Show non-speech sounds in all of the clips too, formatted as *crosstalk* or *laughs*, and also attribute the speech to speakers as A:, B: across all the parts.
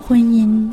A: 婚姻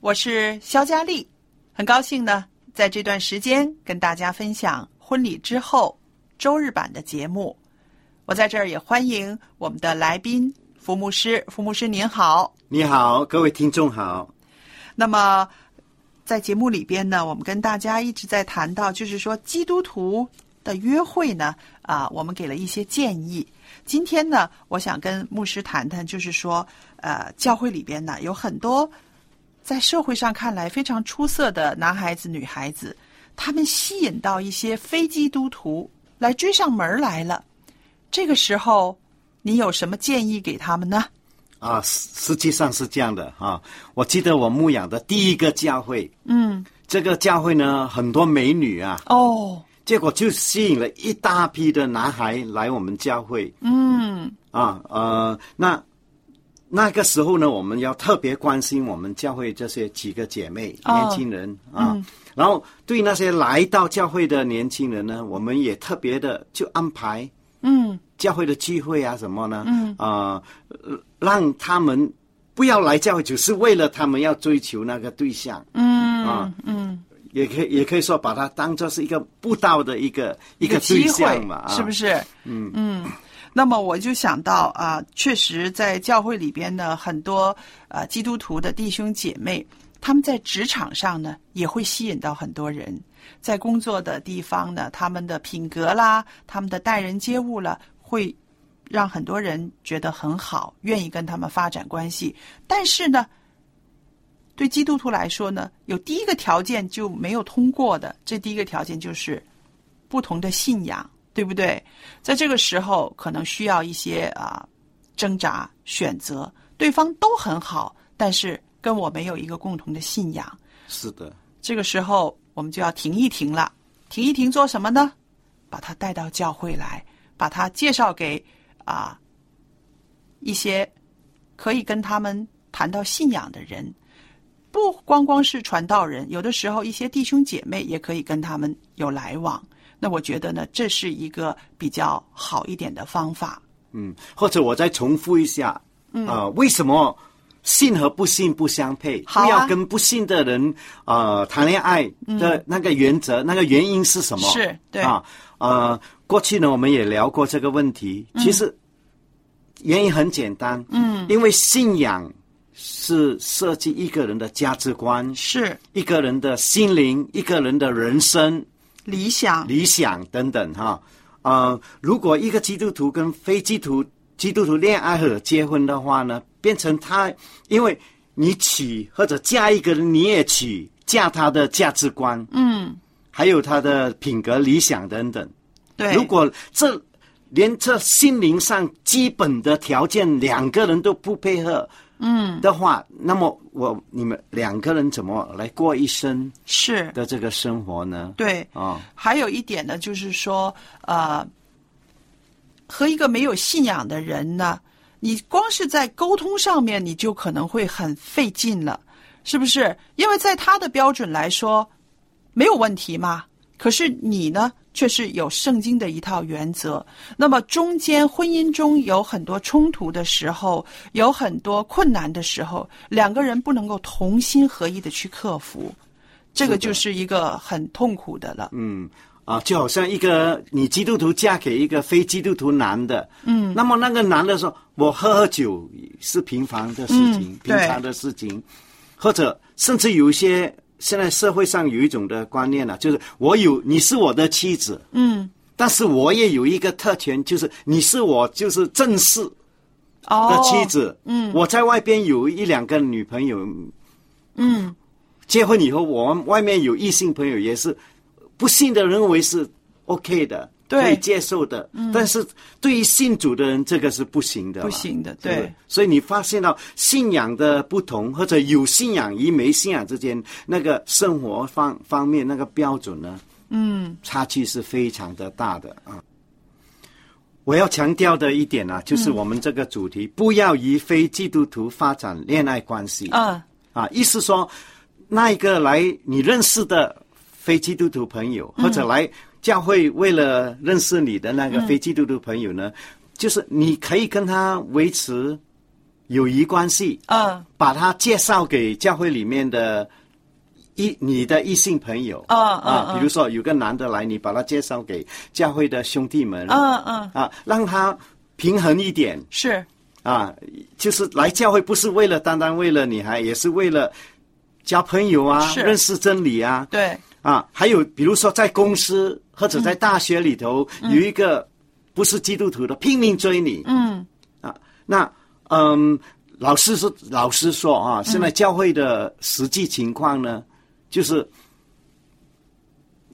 B: 我是肖佳丽，很高兴呢，在这段时间跟大家分享婚礼之后周日版的节目。我在这儿也欢迎我们的来宾福牧师，福牧师您好。
C: 你好，各位听众好。
B: 那么，在节目里边呢，我们跟大家一直在谈到，就是说基督徒的约会呢，啊，我们给了一些建议。今天呢，我想跟牧师谈谈，就是说，呃，教会里边呢有很多在社会上看来非常出色的男孩子、女孩子，他们吸引到一些非基督徒来追上门儿来了。这个时候，你有什么建议给他们呢？
C: 啊，实实际上是这样的啊。我记得我牧养的第一个教会，
B: 嗯，
C: 这个教会呢，很多美女啊，
B: 哦，
C: 结果就吸引了一大批的男孩来我们教会
B: 嗯，
C: 啊。呃，那那个时候呢，我们要特别关心我们教会这些几个姐妹、
B: 哦
C: 年轻人啊。
B: 嗯
C: 然后对那些来到教会的年轻人呢，我们也特别的就安排
B: 嗯，
C: 教会的聚会啊什么呢？
B: 嗯
C: 啊、呃让他们不要来教会，只是为了他们要追求那个对象，
B: 嗯，
C: 啊
B: 嗯，
C: 也可以也可以说把它当做是一个布道的一个一个对
B: 机会
C: 象嘛，啊、
B: 是不
C: 是？
B: 是？
C: 嗯
B: 嗯。那么我就想到啊，确实在教会里边呢，很多呃基督徒的弟兄姐妹，他们在职场上呢也会吸引到很多人，在工作的地方呢，他们的品格啦，他们的待人接物啦，会让很多人觉得很好，愿意跟他们发展关系。但是呢，对基督徒来说呢，有第一个条件就没有通过的，这第一个条件就是不同的信仰，对不对？在这个时候，可能需要一些啊、挣扎选择，对方都很好，但是跟我没有一个共同的信仰，
C: 是的，
B: 这个时候我们就要停一停了。停一停做什么呢？把他带到教会来，把他介绍给啊一些可以跟他们谈到信仰的人。不光光是传道人，有的时候一些弟兄姐妹也可以跟他们有来往。那我觉得呢，这是一个比较好一点的方法。
C: 嗯。或者我再重复一下，啊、
B: 嗯
C: 为什么信和不信不相配？
B: 好啊
C: 不要跟不信的人啊、呃谈恋爱的那个原则、那个原因是什么？
B: 是对
C: 啊，呃，过去呢我们也聊过这个问题，
B: 嗯
C: 其实原因很简单，嗯，因为信仰是涉及一个人的价值观，
B: 是
C: 一个人的心灵，一个人的人生。
B: 理想，
C: 理想等等哈。呃，如果一个基督徒跟非基督基督徒恋爱和结婚的话呢，变成他，因为你娶或者嫁一个人，你也娶嫁他的价值观，
B: 嗯，
C: 还有他的品格、理想等等。
B: 对。
C: 如果这连这心灵上基本的条件两个人都不配合，嗯的话，那么我你们两个人怎么来过一生
B: 是
C: 的这个生活呢？
B: 对，
C: 啊、
B: 还有一点呢，就是说，呃，和一个没有信仰的人呢，你光是在沟通上面，你就可能会很费劲了，是不是？因为在他的标准来说，没有问题嘛。可是你呢，却是有圣经的一套原则。那么中间婚姻中有很多冲突的时候，有很多困难的时候，两个人不能够同心合一的去克服，这个就是一个很痛苦的了。
C: 嗯啊，就好像一个你基督徒嫁给一个非基督徒男的，嗯，那么那个男的说，我喝喝酒是平凡的事情，
B: 嗯
C: 平常的事情，或者甚至有一些现在社会上有一种的观念啊，就是我有你是我的妻子，
B: 嗯，
C: 但是我也有一个特权，就是你是我就是正室的
B: 哦，
C: 妻子，嗯，我在外边有一两个女朋友，
B: 嗯，
C: 结婚以后，我们外面有异性朋友也是不信的认为是 OK 的，
B: 对
C: 可以接受的。但是对于信主的人，这个是不行的嘛，
B: 不行的
C: 对不
B: 对
C: 所以你发现到信仰的不同，或者有信仰与没信仰之间，那个生活方方面那个标准呢，嗯，差距是非常的大的啊。我要强调的一点啊，就是我们这个主题，不要与非基督徒发展恋爱关系。
B: 嗯，
C: 啊，意思说，那一个来你认识的非基督徒朋友，或者来教会为了认识你的那个非基督徒朋友呢，就是你可以跟他维持友谊关系，
B: 嗯，
C: 把他介绍给教会里面的异你的异性朋友，
B: 嗯
C: 啊，
B: 嗯
C: 比如说有个男的来，你把他介绍给教会的兄弟们，
B: 嗯嗯，
C: 啊，让他平衡一点，
B: 是，
C: 啊，就是来教会不是为了单单为了女孩，也是为了交朋友啊，
B: 是
C: 认识真理啊，
B: 对，
C: 啊，还有比如说在公司或者在大学里头、有一个不是基督徒的拼命追你，啊
B: 嗯，
C: 那嗯，老师说老师说
B: 嗯
C: 啊，现在教会的实际情况呢，就是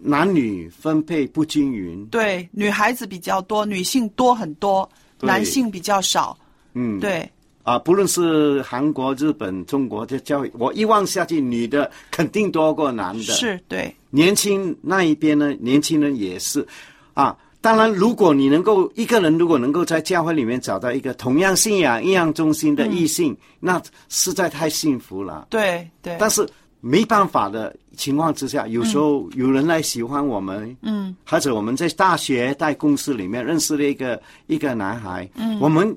C: 男女分配不均匀，
B: 对，女孩子比较多，女性多很多，
C: 对
B: 男性比较少。
C: 嗯，
B: 对，
C: 啊，不论是韩国、日本、中国的教育，我一望下去，女的肯定多过男的。
B: 是，对，
C: 年轻那一边呢，年轻人也是，啊，当然，如果你能够一个人如果能够在教会里面找到一个同样信仰、一样忠心的异性，那实在太幸福了。
B: 对，对，
C: 但是没办法的情况之下，有时候有人来喜欢我们，嗯，或者我们在大学、在公司里面认识了一个一个男孩，嗯，我们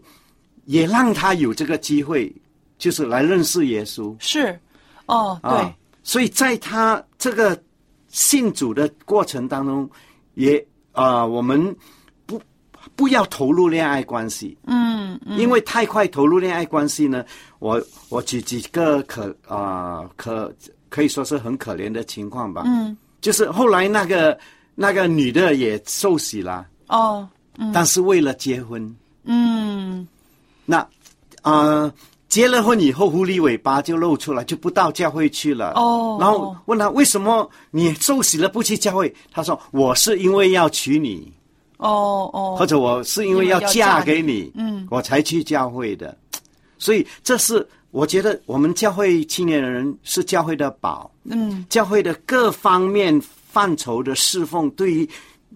C: 也让他有这个机会，就是来认识耶稣
B: 是，哦，对，
C: 啊。所以在他这个信主的过程当中，也啊、我们不不要投入恋爱关系，
B: 嗯嗯，
C: 因为太快投入恋爱关系呢，我我举几个可啊、可可以说是很可怜的情况吧。嗯，就是后来那个那个女的也受洗了，
B: 哦，
C: 但是为了结婚，
B: 嗯，
C: 那啊、结了婚以后狐狸尾巴就露出来，就不到教会去了。
B: 哦
C: 然后问他为什么你受洗了不去教会？他说我是因为要娶你，
B: 哦
C: 或
B: 哦，
C: 者我是因为要嫁给你，
B: 嗯，
C: 我才去教会的。所以这是我觉得我们教会青年人是教会的宝，
B: 嗯，
C: 教会的各方面范畴的侍奉对于。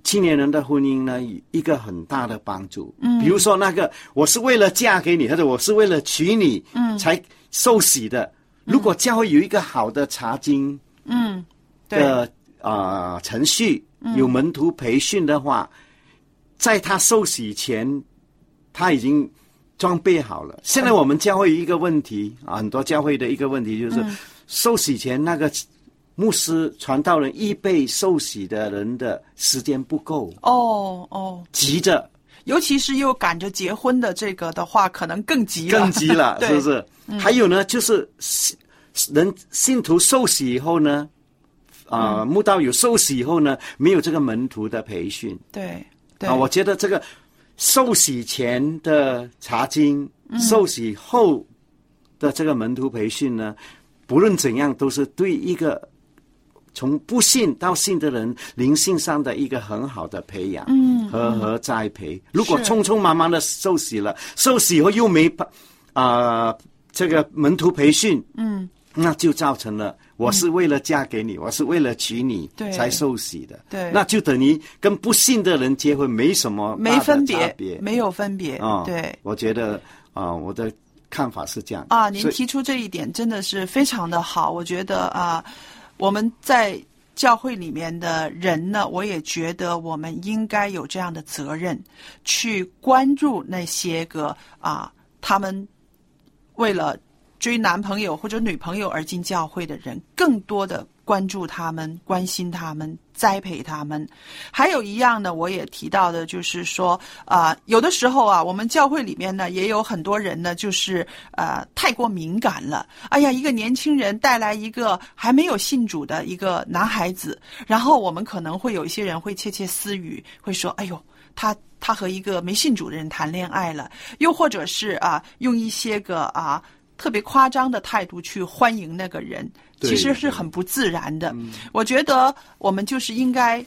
C: 青年人的婚姻呢，一个很大的帮助。嗯，比如说那个，我是为了嫁给你，或者我是为了娶你，嗯，才受洗的。如果教会有一个好的查经，
B: 对，嗯
C: 的啊、呃程序，有门徒培训的话，在他受洗前，他已经装备好
B: 嗯
C: 了。现在我们教会一个问题啊，很多教会的一个问题
B: 嗯
C: 就是，受洗前那个牧师、传道人预备受洗的人的时间不够，
B: 哦哦，
C: 急着
B: 尤其是又赶着结婚的这个的话，可能更急了，
C: 更急了
B: *laughs* ，对嗯
C: 是不是？还有呢，就是信人信徒受洗以后呢，啊、
B: 嗯
C: 慕道友受洗以后呢，没有这个门徒的培训
B: 对对，
C: 啊，我觉得这个受洗前的查经，受洗后的这个门徒培训呢，不论怎样，都是对一个。从不信到信的人，灵性上的一个很好的培养，嗯，和和栽培。如果
B: 是
C: 匆匆忙忙的受洗了，受洗以后又没把啊、这个门徒培训，嗯，那就造成了我是为了嫁给你，我是为了娶你
B: 对
C: 才受洗的，
B: 对
C: 那就等于跟不信的人结婚没什么大
B: 没
C: 的
B: 分
C: 差
B: 别
C: 别，
B: 没有分别
C: 啊、，
B: 对，
C: 我觉得啊、我的看法是这样
B: 啊，您
C: 所以
B: 提出这一点真的是非常的好，我觉得啊，我们在教会里面的人呢，我也觉得我们应该有这样的责任，去关注那些个啊，他们为了追男朋友或者女朋友而进教会的人，更多的关注他们、关心他们、栽培他们。还有一样呢，我也提到的，就是说啊、有的时候啊，我们教会里面呢，也有很多人呢，就是呃太过敏感了。哎呀，一个年轻人带来一个还没有信主的一个男孩子，然后我们可能会有一些人会窃窃私语，会说：“哎呦，他。”他和一个没信主的人谈恋爱了，又或者是啊，用一些个啊特别夸张的态度去欢迎那个人，
C: 对嗯
B: 其实是很不自然的。我觉得我们就是应该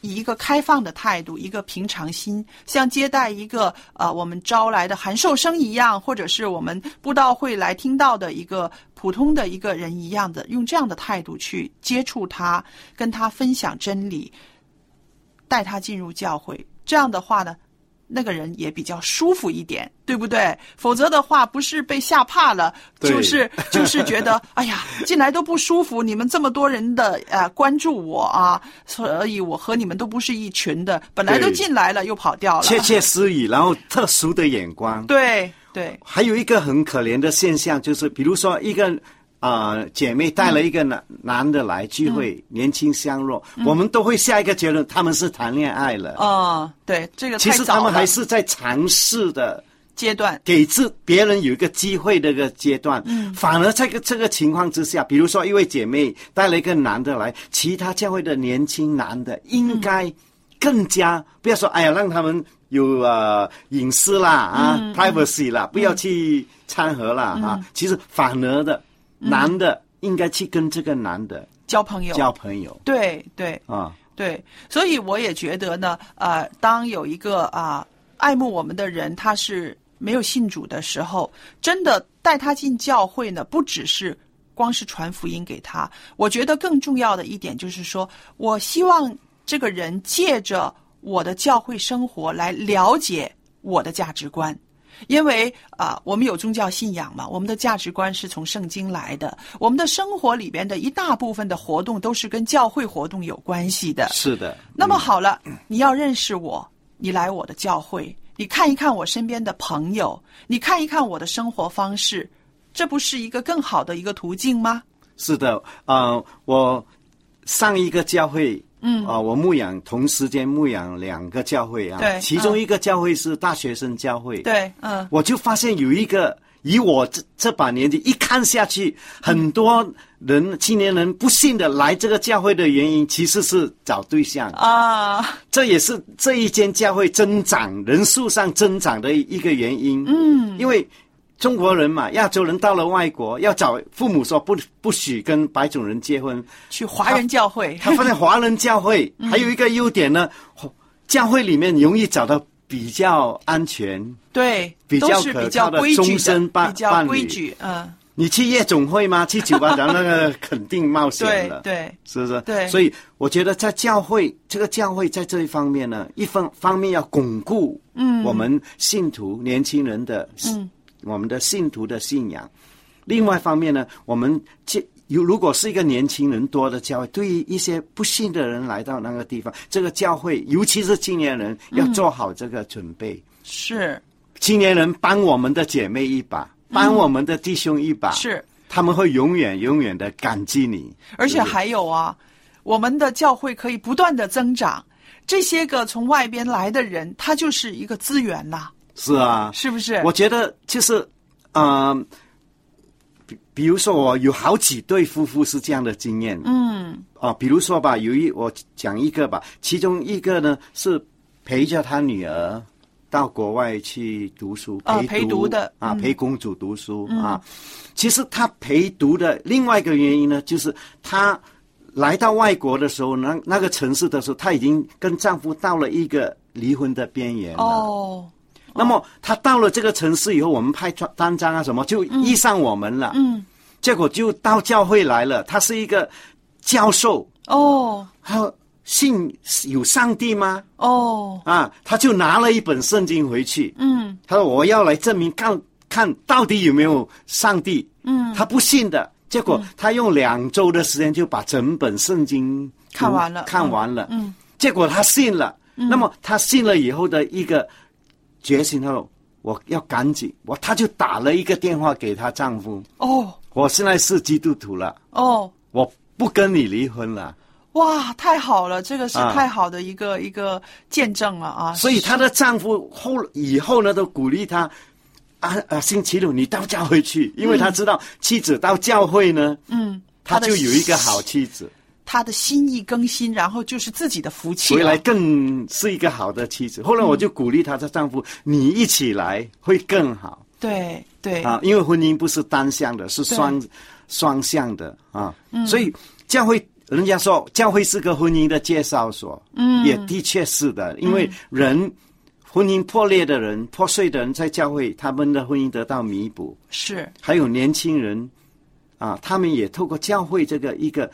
B: 以一个开放的态度，一个平常心，像接待一个呃我们招来的函授生一样，或者是我们布道会来听到的一个普通的一个人一样的，用这样的态度去接触他，跟他分享真理，带他进入教会。这样的话呢，那个人也比较舒服一点，对不对？否则的话，不是被吓怕了，
C: 对
B: 就是就是觉
C: *laughs*
B: 得，哎呀，进来都不舒服，你们这么多人的呃关注我啊，所以我和你们都不是一群的，本来都
C: 对
B: 进来了又跑掉了，
C: 窃窃私语，然后特殊的眼光。
B: 对对
C: 还有一个很可怜的现象，就是比如说一个啊、呃姐妹带了一个男、男的来聚会，
B: 嗯
C: 年轻相若，我们都会下一个结论，他们是谈恋爱了。
B: 嗯，对，这个
C: 其
B: 太
C: 实他
B: 早
C: 们
B: 了
C: 还是在尝试的，
B: 阶段，
C: 给自别人有一个机会的一个阶段。嗯，反而在这个这个情况之下，比如说一位姐妹带了一个男的来，其他教会的年轻男的应该更加、不要说哎呀，让他们有呃隐私啦啊、p r i v a c y 啦，不要去掺和啦、啊。其实反而的，男的应该去跟这个男的
B: 交朋友，
C: 交朋友
B: 对对
C: 啊。
B: 对，所以我也觉得呢，呃，当有一个啊、爱慕我们的人，他是没有信主的时候，真的带他进教会呢，不只是光是传福音给他，我觉得更重要的一点就是说，我希望这个人借着我的教会生活来了解我的价值观。因为啊、我们有宗教信仰嘛，我们的价值观是从圣经来的，我们的生活里边的一大部分的活动都是跟教会活动有关系的。
C: 是的，
B: 那么好了，你要认识我，你来我的教会，你看一看我身边的朋友，你看一看我的生活方式，这不是一个更好的一个途径吗？
C: 是的，呃，我上一个教会，嗯，啊、我牧养同时间牧养两个教会啊，
B: 对
C: 其中一个教会是大学生教会，，
B: 对，嗯，
C: 我就发现有一个，以我这这把年纪一看下去，很多人青年人不幸的来这个教会的原因，其实是找对象，
B: 啊、
C: 这也是这一间教会增长人数上增长的一个原因。嗯，因为中国人嘛，亚洲人到了外国，要找父母说不不许跟白种人结婚，
B: 去华人教会，
C: 他发现华人教
B: *laughs*
C: 会
B: 嗯
C: 还有一个优点呢，教会里面容易找到比较安全。
B: 对，
C: 比较
B: 都是
C: 可
B: 比较
C: 靠的
B: 规矩
C: 终身伴
B: 比较
C: 伴侣
B: 规矩，嗯，
C: 你去夜总会吗？去酒吧，然后那个肯定冒险
B: 对
C: 了。
B: 对。
C: 是不是？
B: 对
C: 所以我觉得在教会这个教会在这一方面呢，一方方面要巩固，嗯，我们信徒年轻人的，嗯，我们的信徒的信仰；另外一方面呢，我们这有如果是一个年轻人多的教会，对于一些不信的人来到那个地方，这个教会尤其是青年人要做好这个准备。
B: 嗯是
C: 青年人帮我们的姐妹一把，帮我们的弟兄一把，
B: 是，
C: 他们会永远永远的感激你，
B: 而且
C: 对不对
B: 还有啊，我们的教会可以不断的增长，这些个从外边来的人，他就是一个资源呐、
C: 是啊，
B: 是不是？
C: 我觉得就是，呃，比比如说我有好几对夫妇是这样的经验，嗯，啊，比如说吧，有一我讲一个吧，其中一个呢是陪着他女儿到国外去读书，
B: 啊陪
C: 陪
B: 读的嗯
C: 啊，陪公主读书、啊。其实他陪读的另外一个原因呢，就是他来到外国的时候，那那个城市的时候，她已经跟丈夫到了一个离婚的边缘了。
B: 哦，
C: 那么他到了这个城市以后，我们拍专单张啊什么，就遇上我们了。嗯，结果就到教会来了。他是一个教授，
B: 哦，
C: 他信有上帝吗？
B: 哦，
C: 啊，他就拿了一本圣经回去。嗯，他说我要来证明看看到底有没有上帝。嗯，他不信的，结果他用两周的时间就把整本圣经读
B: 看完了
C: 看完了。嗯，结果他信了。
B: 嗯
C: 那么他信了以后的一个决心，他说我要赶紧，我他就打了一个电话给她丈夫，
B: 哦，
C: 我现在是基督徒了，
B: 哦，
C: 我不跟你离婚了。
B: 哇，太好了，这个是
C: 啊
B: 太好的一个、一个见证了啊！
C: 所以她的丈夫后以后呢，都鼓励她。啊啊！星期六你到教会去，因为他
B: 嗯
C: 知道妻子到教会呢，嗯，他
B: 她的
C: 就有一个好妻子，
B: 他的心意更新，然后就是自己的福气了
C: 回来更是一个好的妻子。后来我就鼓励她的丈夫，你一起来会更好
B: 对对、
C: 啊，因为婚姻不是单向的，是双双向的啊。所以教会人家说教会是个婚姻的介绍所，嗯，也的确是的，因为人。婚姻破裂的人、破碎的人，在教会他们的婚姻得到弥补，
B: 是，
C: 还有年轻人，啊，他们也透过教会这个一个，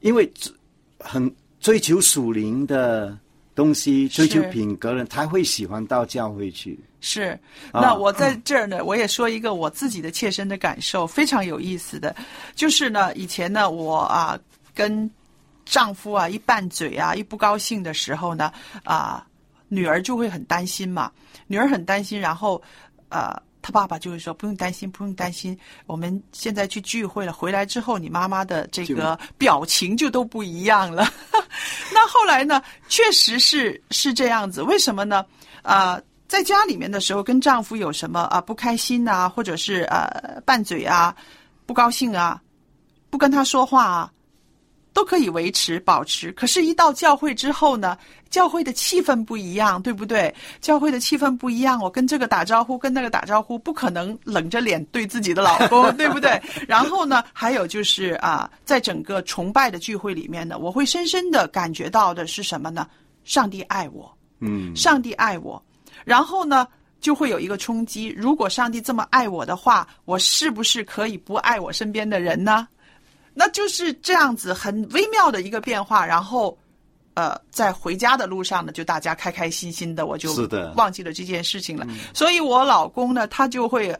C: 因为追很追求属灵的东西，追求
B: 是
C: 品格的人，他会喜欢到教会去。
B: 是，
C: 啊
B: 那我在这儿呢，我也说一个我自己的切身的感受，非常有意思的，就是呢，以前呢，我啊跟丈夫啊一拌嘴啊，一不高兴的时候呢，啊，女儿就会很担心嘛，女儿很担心，然后呃，她爸爸就会说不用担心，不用担心，我们现在去聚会了，回来之后你妈妈的这个表情就都不一样了。 *laughs* 那后来呢，确实是是这样子，为什么呢？啊、在家里面的时候跟丈夫有什么啊、不开心呐、或者是呃拌嘴啊、不高兴啊，不跟他说话啊，都可以维持保持。可是，一到教会之后呢，教会的气氛不一样，对不对？教会的气氛不一样，我跟这个打招呼，跟那个打招呼，不可能冷着脸对自己的老公，对不对？然后呢，还有就是啊，在整个崇拜的聚会里面呢，我会深深的感觉到的是什么呢？上帝爱我，
C: 嗯，
B: 上帝爱我，然后呢，就会有一个冲击。如果上帝这么爱我的话，我是不是可以不爱我身边的人呢？那就是这样子很微妙的一个变化。然后，呃，在回家的路上呢，就大家开开心心的，我就是
C: 的
B: 忘记了这件事情了。所以我老公呢，他就会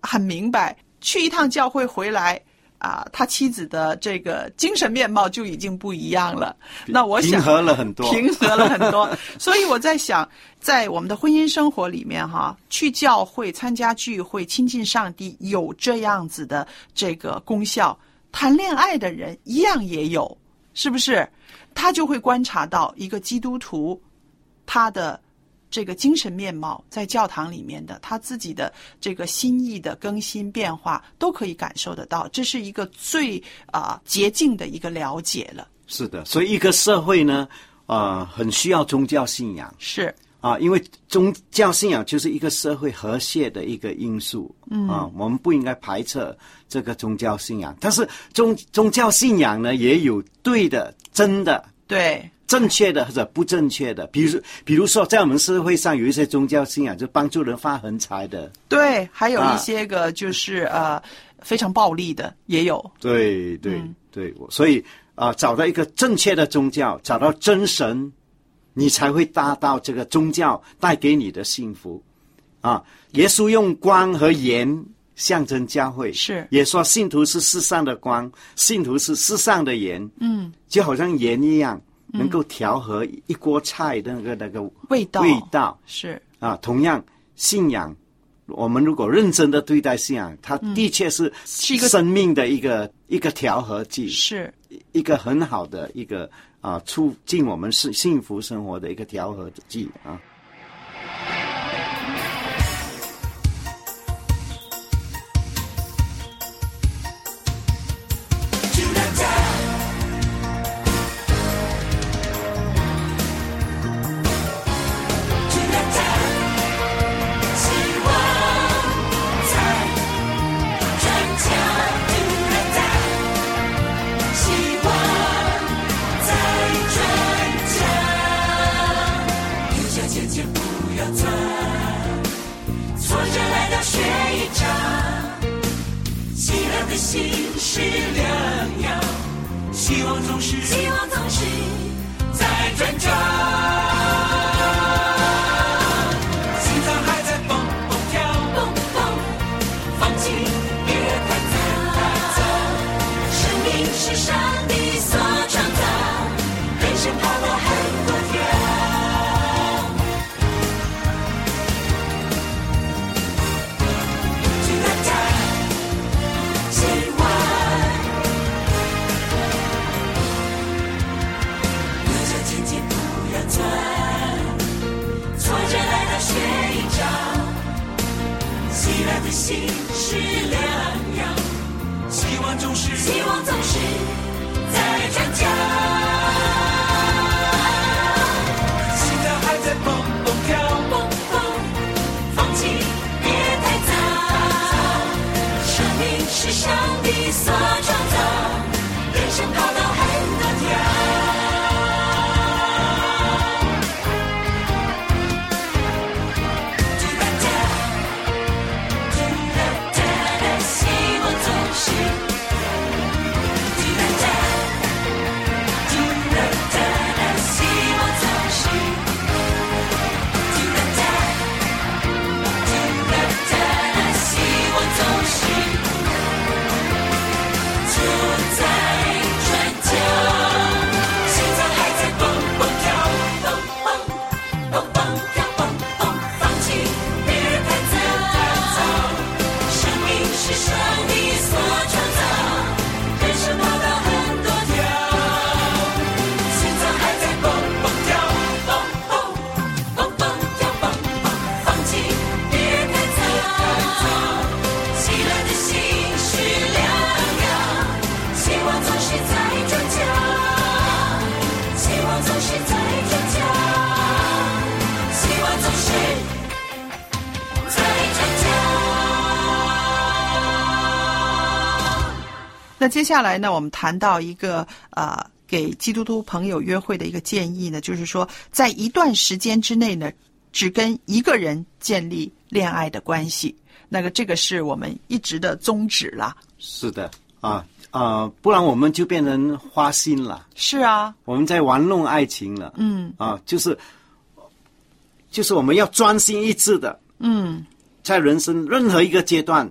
B: 很明白，去一趟教会回来。啊，他妻子的这个精神面貌就已经不一样了。那我想
C: 平和了很多。
B: 平和了很
C: *laughs*
B: 多。所以我在想，在我们的婚姻生活里面，哈，去教会、参加聚会、亲近上帝，有这样子的这个功效。谈恋爱的人一样也有，是不是？他就会观察到一个基督徒，他的这个精神面貌，在教堂里面的他自己的这个心意的更新变化，都可以感受得到。这是一个最啊、捷径的一个了解了，
C: 是的，所以一个社会呢，呃，很需要宗教信仰
B: 是
C: 啊，因为宗教信仰就是一个社会和谐的一个因素。嗯啊，我们不应该排斥这个宗教信仰，但是宗宗教信仰呢，也有对的、真的、
B: 对。
C: 正确的或者不正确的，比如比如说在我们社会上有一些宗教信仰就帮助人发横财的，
B: 对，还有一
C: 啊
B: 些个就是、呃非常暴力的也有，
C: 对对
B: 嗯
C: 对，我所以啊、找到一个正确的宗教，找到真神，你才会达到这个宗教带给你的幸福啊。耶稣用光和盐象征教会，
B: 是
C: 也说信徒是世上的光，信徒是世上的盐，嗯，就好像盐一样，
B: 嗯
C: 能够调和一锅菜的那个那个
B: 味道
C: 味道
B: 是
C: 啊，同样信仰，我们如果认真的对待信仰，它的确是
B: 嗯一个
C: 生命的一个一个调和剂，
B: 是
C: 一个很好的一个啊，促进我们是幸福生活的一个调和剂啊。
D: 心是良药，希望总是希望总是在挣扎。心脏还在蹦蹦跳，蹦蹦，放弃，别太早，太早。生命是上帝所创造，人生跑过很多条。To the top，希望。路就前进，不要转，挫折来到学一招，喜乐的心是良药，希望总是希望总是在转角，心脏还在蹦蹦跳，蹦蹦，放弃别太早，生命是上帝所创造，人生跑道很多条。To the top，To the top 的希望总是。To the top，To the top 的希望总是。To the top，To the top 的希望总是。就在转角，心脏还在蹦蹦跳，蹦蹦。蹦蹦跳蹦蹦，放弃，别太早太早。生命是上帝所创造，人生跑道很多条。心脏还在蹦蹦跳，蹦蹦蹦蹦跳蹦蹦，放弃，别太早太早。喜乐的心是良药，希望总是在转角，希望总是在转角。希望总是在转角。
B: 那接下来呢，我们谈到一个呃，给基督徒朋友约会的一个建议呢，就是说，在一段时间之内呢，只跟一个人建立恋爱的关系。那个，这个是我们一直的宗旨啦。
C: 是的，啊啊、不然我们就变成花心了。
B: 是啊，
C: 我们在玩弄爱情了。嗯，啊，就是就是我们要专心一致的。嗯，在人生任何一个阶段，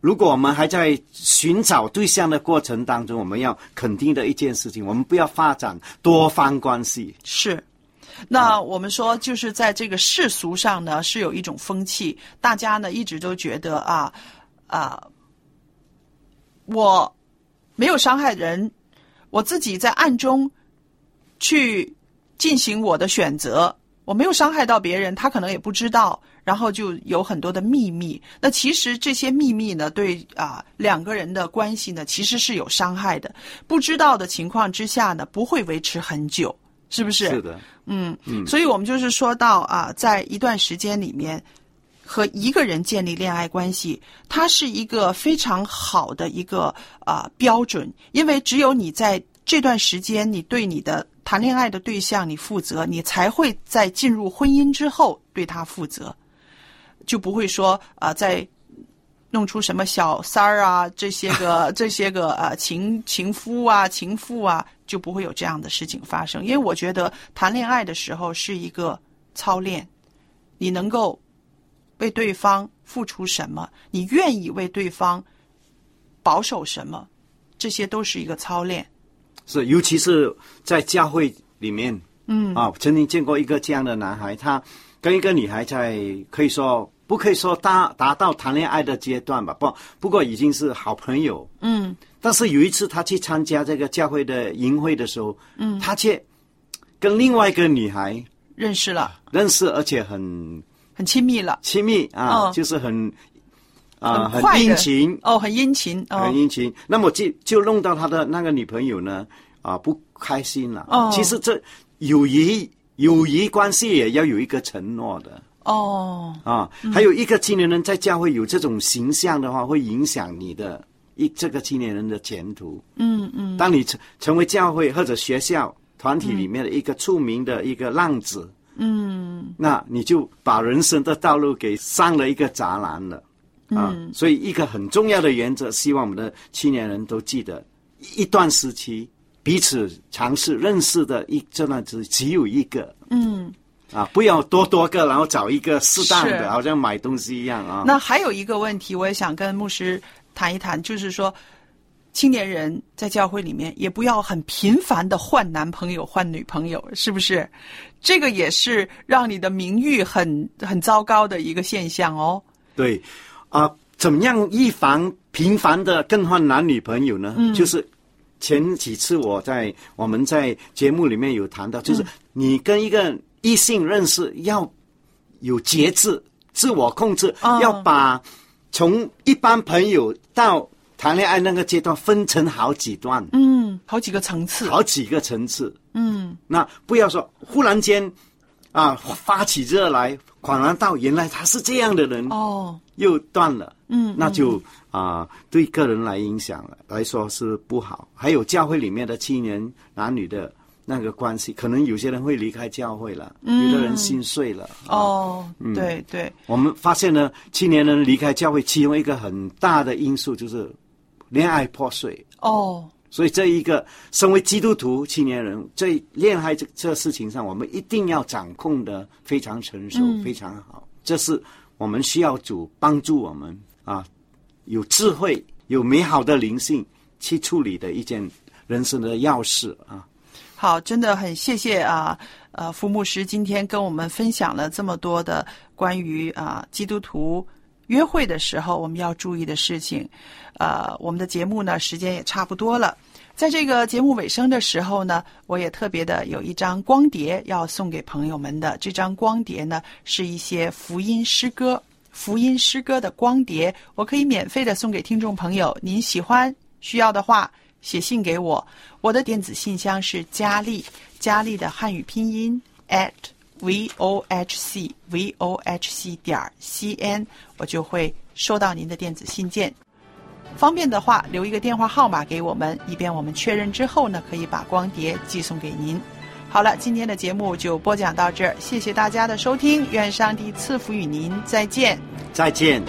C: 如果我们还在寻找对象的过程当中，我们要肯定的一件事情，我们不要发展多方关系。
B: 是。那我们说，就是在这个世俗上呢，是有一种风气，大家呢一直都觉得啊啊，我没有伤害人，我自己在暗中去进行我的选择，我没有伤害到别人，他可能也不知道，然后就有很多的秘密。那其实这些秘密呢，对啊、两个人的关系呢，其实是有伤害的。不知道的情况之下呢，不会维持很久，是不是？
C: 是的，
B: 所以我们就是说到啊，在一段时间里面，和一个人建立恋爱关系，它是一个非常好的一个啊、标准，因为只有你在这段时间，你对你的谈恋爱的对象你负责，你才会在进入婚姻之后对他负责，就不会说啊、在。弄出什么小三儿啊，这些
C: *laughs*
B: 个这些个呃情情夫啊、情妇啊，就不会有这样的事情发生。因为我觉得谈恋爱的时候是一个操练，你能够为对方付出什么，你愿意为对方保守什么，这些都是一个操练。
C: 是，尤其是在教会里面，嗯，啊，曾经见过一个这样的男孩，他跟一个女孩在可以说不可以说达达到谈恋爱的阶段吧，不，不过已经是好朋友，嗯。但是有一次他去参加这个教会的营会的时候，嗯，他却跟另外一个女孩
B: 认识了，
C: 认识，而且很
B: 很亲密了，
C: 亲密啊，
B: 嗯
C: 就是很啊、
B: 快的
C: 很殷勤，
B: 哦，很殷勤哦
C: 很，殷勤。那么就就弄到他的那个女朋友呢，啊，不开心了。
B: 哦
C: 其实这友谊友谊关系也要有一个承诺的
B: 哦，
C: 啊。还有一个青年人在教会有这种形象的话，会影响你的一这个青年人的前途。嗯嗯。当你成成为教会或者学校团体里面的一个出名的一个浪子，嗯，那你就把人生的道路给上了一个栅栏了。啊，所以一个很重要的原则，希望我们的青年人都记得：一一段时期彼此尝试认识的一这样子只有一个，嗯，啊，不要多多个，然后找一个适当
B: 是
C: 的，好像买东西一样啊。
B: 那还有一个问题，我也想跟牧师谈一谈，就是说，青年人在教会里面也不要很频繁的换男朋友、换女朋友，是不是？这个也是让你的名誉很很糟糕的一个现象哦。
C: 对，啊、怎么样预防频繁的更换男女朋友呢？
B: 嗯
C: 就是前几次我在我们在节目里面有谈
B: 嗯
C: 到，就是你跟一个异性认识要有节制、自我控制，
B: 哦
C: 要把从一般朋友到谈恋爱那个阶段分成好几段。
B: 嗯，好几个层次。
C: 好几个层次。嗯，那不要说忽然间啊发起热来，恍然到原来他是这样的人，
B: 哦，
C: 又断了。
B: 嗯
C: 那就啊、对个人来影响了来说是不好。还有教会里面的青年男女的。那个关系，可能有些人会离开教会了，
B: 嗯
C: 有的人心碎了。啊
B: 哦，
C: 嗯
B: 对对，
C: 我们发现呢，青年人离开教会，其中一个很大的因素就是恋爱破碎。
B: 哦，
C: 所以这一个身为基督徒青年人，在恋爱这这事情上，我们一定要掌控的非常成熟，非常好。这是我们需要主帮助我们啊，有智慧、有美好的灵性去处理的一件人生的要事啊。
B: 好，真的很谢谢啊，呃，福牧师今天跟我们分享了这么多的关于啊基督徒约会的时候我们要注意的事情。呃，我们的节目呢时间也差不多了，在这个节目尾声的时候呢，我也特别的有一张光碟要送给朋友们的。这张光碟呢是一些福音诗歌，福音诗歌的光碟，我可以免费的送给听众朋友。您喜欢需要的话，写信给我。我的电子信箱是佳丽，佳丽的汉语拼音 at v o h c v o h c 点 c n，我就会收到您的电子信件。方便的话，留一个电话号码给我们，以便我们确认之后呢，可以把光碟寄送给您。好了，今天的节目就播讲到这儿，谢谢大家的收听，愿上帝赐福与您，再见。
C: 再见。